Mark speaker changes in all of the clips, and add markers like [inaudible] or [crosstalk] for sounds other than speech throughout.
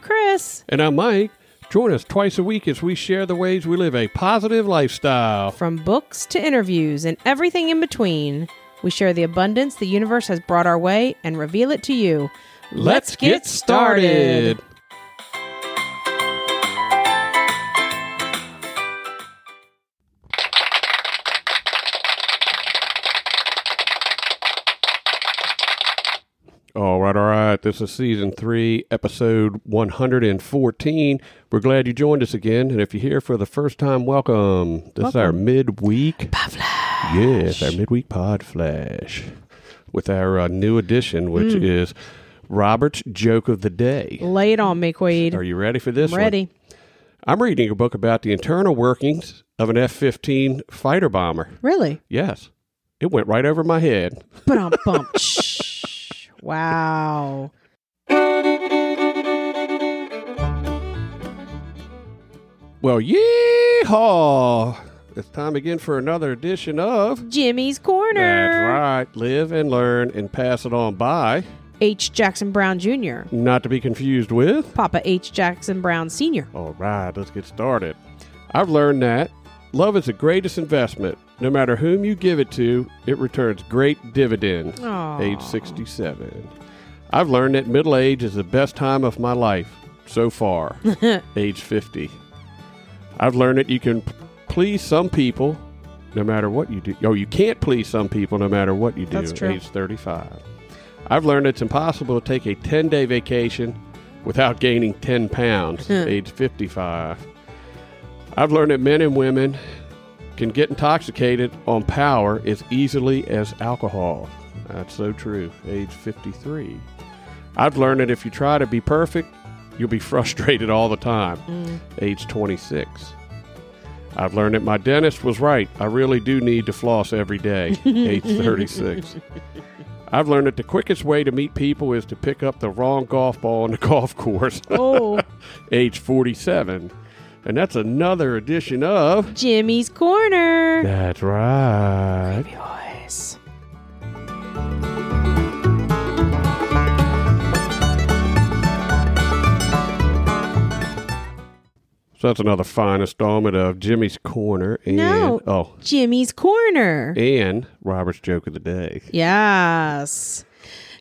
Speaker 1: Chris
Speaker 2: And I'm Mike. Join us twice a week as we share the ways we live a positive lifestyle.
Speaker 1: from books to interviews and everything in between. We share the abundance the universe has brought our way and reveal it to you.
Speaker 2: Let's get started. All right, all right. This is season three, episode 114. We're glad you joined us again. And if you're here for the first time, welcome. This is our midweek pod flash. Yes, our midweek pod flash with our uh, new addition, which is Robert's joke of the day.
Speaker 1: Lay it on me, Quaid.
Speaker 2: Are you ready for this?
Speaker 1: I'm
Speaker 2: one?
Speaker 1: ready.
Speaker 2: I'm reading a book about the internal workings of an F 15 fighter bomber.
Speaker 1: Really?
Speaker 2: Yes, it went right over my head.
Speaker 1: But I'm [laughs] bumped. Wow.
Speaker 2: Well, yeehaw! It's time again for another edition of.
Speaker 1: Jimmy's Corner.
Speaker 2: That's right. Live and learn and pass it on by.
Speaker 1: H. Jackson Brown Jr.
Speaker 2: Not to be confused with.
Speaker 1: Papa H. Jackson Brown Sr.
Speaker 2: All right, let's get started. I've learned that love is the greatest investment. No matter whom you give it to, it returns great dividends.
Speaker 1: Aw.
Speaker 2: Age 67. I've learned that middle age is the best time of my life so far. age 50. I've learned that you can p- please some people no matter what you do. Oh, you can't please some people no matter what you do.
Speaker 1: That's true.
Speaker 2: Age 35. I've learned it's impossible to take a 10 day vacation without gaining 10 pounds, age 55. I've learned that men and women can get intoxicated on power as easily as alcohol. That's so true, age 53. I've learned that if you try to be perfect, you'll be [laughs] frustrated all the time, age 26. I've learned that my dentist was right. I really do need to floss every day, age 36. I've learned that the quickest way to meet people is to pick up the wrong golf ball on the [laughs] golf course,
Speaker 1: Oh, [laughs]
Speaker 2: age 47. And that's another edition of.
Speaker 1: Jimmy's Corner.
Speaker 2: That's right.
Speaker 1: Yes.
Speaker 2: So that's another fine installment of Jimmy's Corner and.
Speaker 1: No.
Speaker 2: Oh,
Speaker 1: Jimmy's Corner.
Speaker 2: and Robert's Joke of the Day.
Speaker 1: Yes.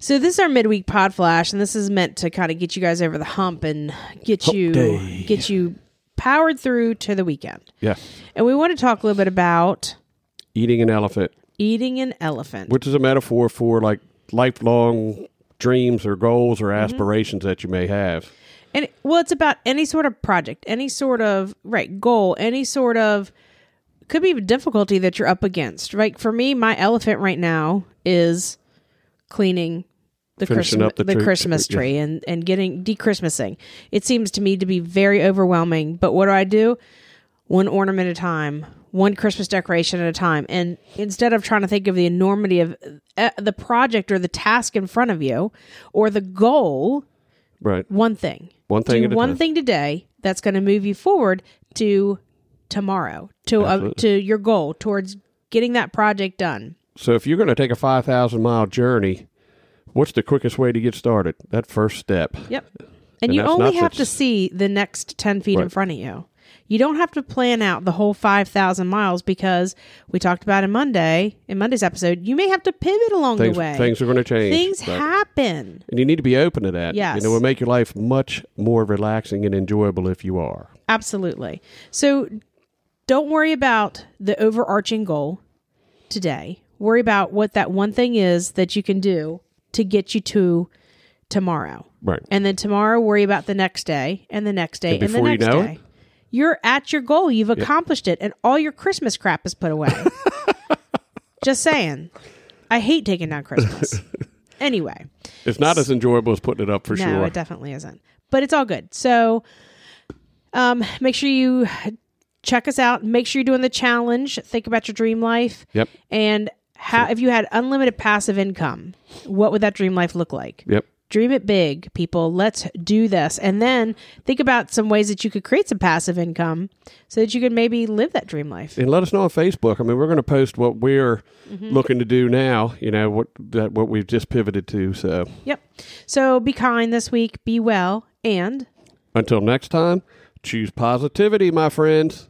Speaker 1: So this is our midweek pod flash, and this is meant to kind of get you guys over the hump and get you
Speaker 2: day.
Speaker 1: get you powered through to the weekend.
Speaker 2: Yes.
Speaker 1: And we want to talk a little bit about
Speaker 2: Eating an elephant,
Speaker 1: eating an elephant.
Speaker 2: which is a metaphor for like lifelong dreams or goals or
Speaker 1: Mm-hmm.
Speaker 2: aspirations that you may have.
Speaker 1: And well, it's about any sort of project, any sort of right goal, any sort of could be a difficulty that you're up against. Like for me, my elephant right now is cleaning the
Speaker 2: Finishing
Speaker 1: Christmas
Speaker 2: up the
Speaker 1: the,
Speaker 2: tree-
Speaker 1: Christmas
Speaker 2: tree, yeah.
Speaker 1: tree and and getting de-Christmasing. It seems to me to be very overwhelming. But what do I do? One ornament at a time, one Christmas decoration at a time, and instead of trying to think of the enormity of uh, the project or the task in front of you or the goal
Speaker 2: Right.
Speaker 1: one thing.
Speaker 2: One thing
Speaker 1: Do
Speaker 2: at a
Speaker 1: one
Speaker 2: time.
Speaker 1: thing today that's going to move you forward to tomorrow, to uh, to your goal, towards getting that project done.
Speaker 2: So if you're going to take a 5,000 mile journey, what's the quickest way to get started? That first step.
Speaker 1: Yep. And, you
Speaker 2: that's
Speaker 1: only
Speaker 2: not
Speaker 1: have
Speaker 2: such-
Speaker 1: to see the next ten feet in
Speaker 2: Right.
Speaker 1: front of you. You don't have to plan out the whole five thousand miles because we talked about in Monday in Monday's episode. You may have to pivot along
Speaker 2: Things,
Speaker 1: the way.
Speaker 2: things are going to change.
Speaker 1: Things
Speaker 2: Right.
Speaker 1: happen.
Speaker 2: and you need to be open to that.
Speaker 1: Yes.
Speaker 2: And it will make your life much more relaxing and enjoyable if you are.
Speaker 1: Absolutely. So don't worry about the overarching goal today. Worry about what that one thing is that you can do to get you to tomorrow.
Speaker 2: Right.
Speaker 1: And then tomorrow, worry about the next day and the next day and,
Speaker 2: before
Speaker 1: the
Speaker 2: you
Speaker 1: next
Speaker 2: know it-
Speaker 1: day. You're at your goal. You've accomplished it, and all your Christmas crap is put
Speaker 2: [laughs]
Speaker 1: away. Just saying. I hate taking down
Speaker 2: [laughs]
Speaker 1: Christmas. anyway.
Speaker 2: It's not as enjoyable as putting it up for
Speaker 1: No,
Speaker 2: sure.
Speaker 1: it definitely isn't. But it's all good. So um, make sure you check us out. Make sure you're doing the challenge. Think about your dream life.
Speaker 2: Yep.
Speaker 1: And how if you had unlimited passive income, what would that dream life look like?
Speaker 2: Yep.
Speaker 1: Dream it big, people. Let's do this. And then think about some ways that you could create some passive income so that you could maybe live that dream life.
Speaker 2: And let us know on Facebook. I mean, we're going to post what we're looking to do now. You know what that what we've just pivoted to. So
Speaker 1: Yep. So be kind this week, be well, and
Speaker 2: Until next time, choose positivity, my friends.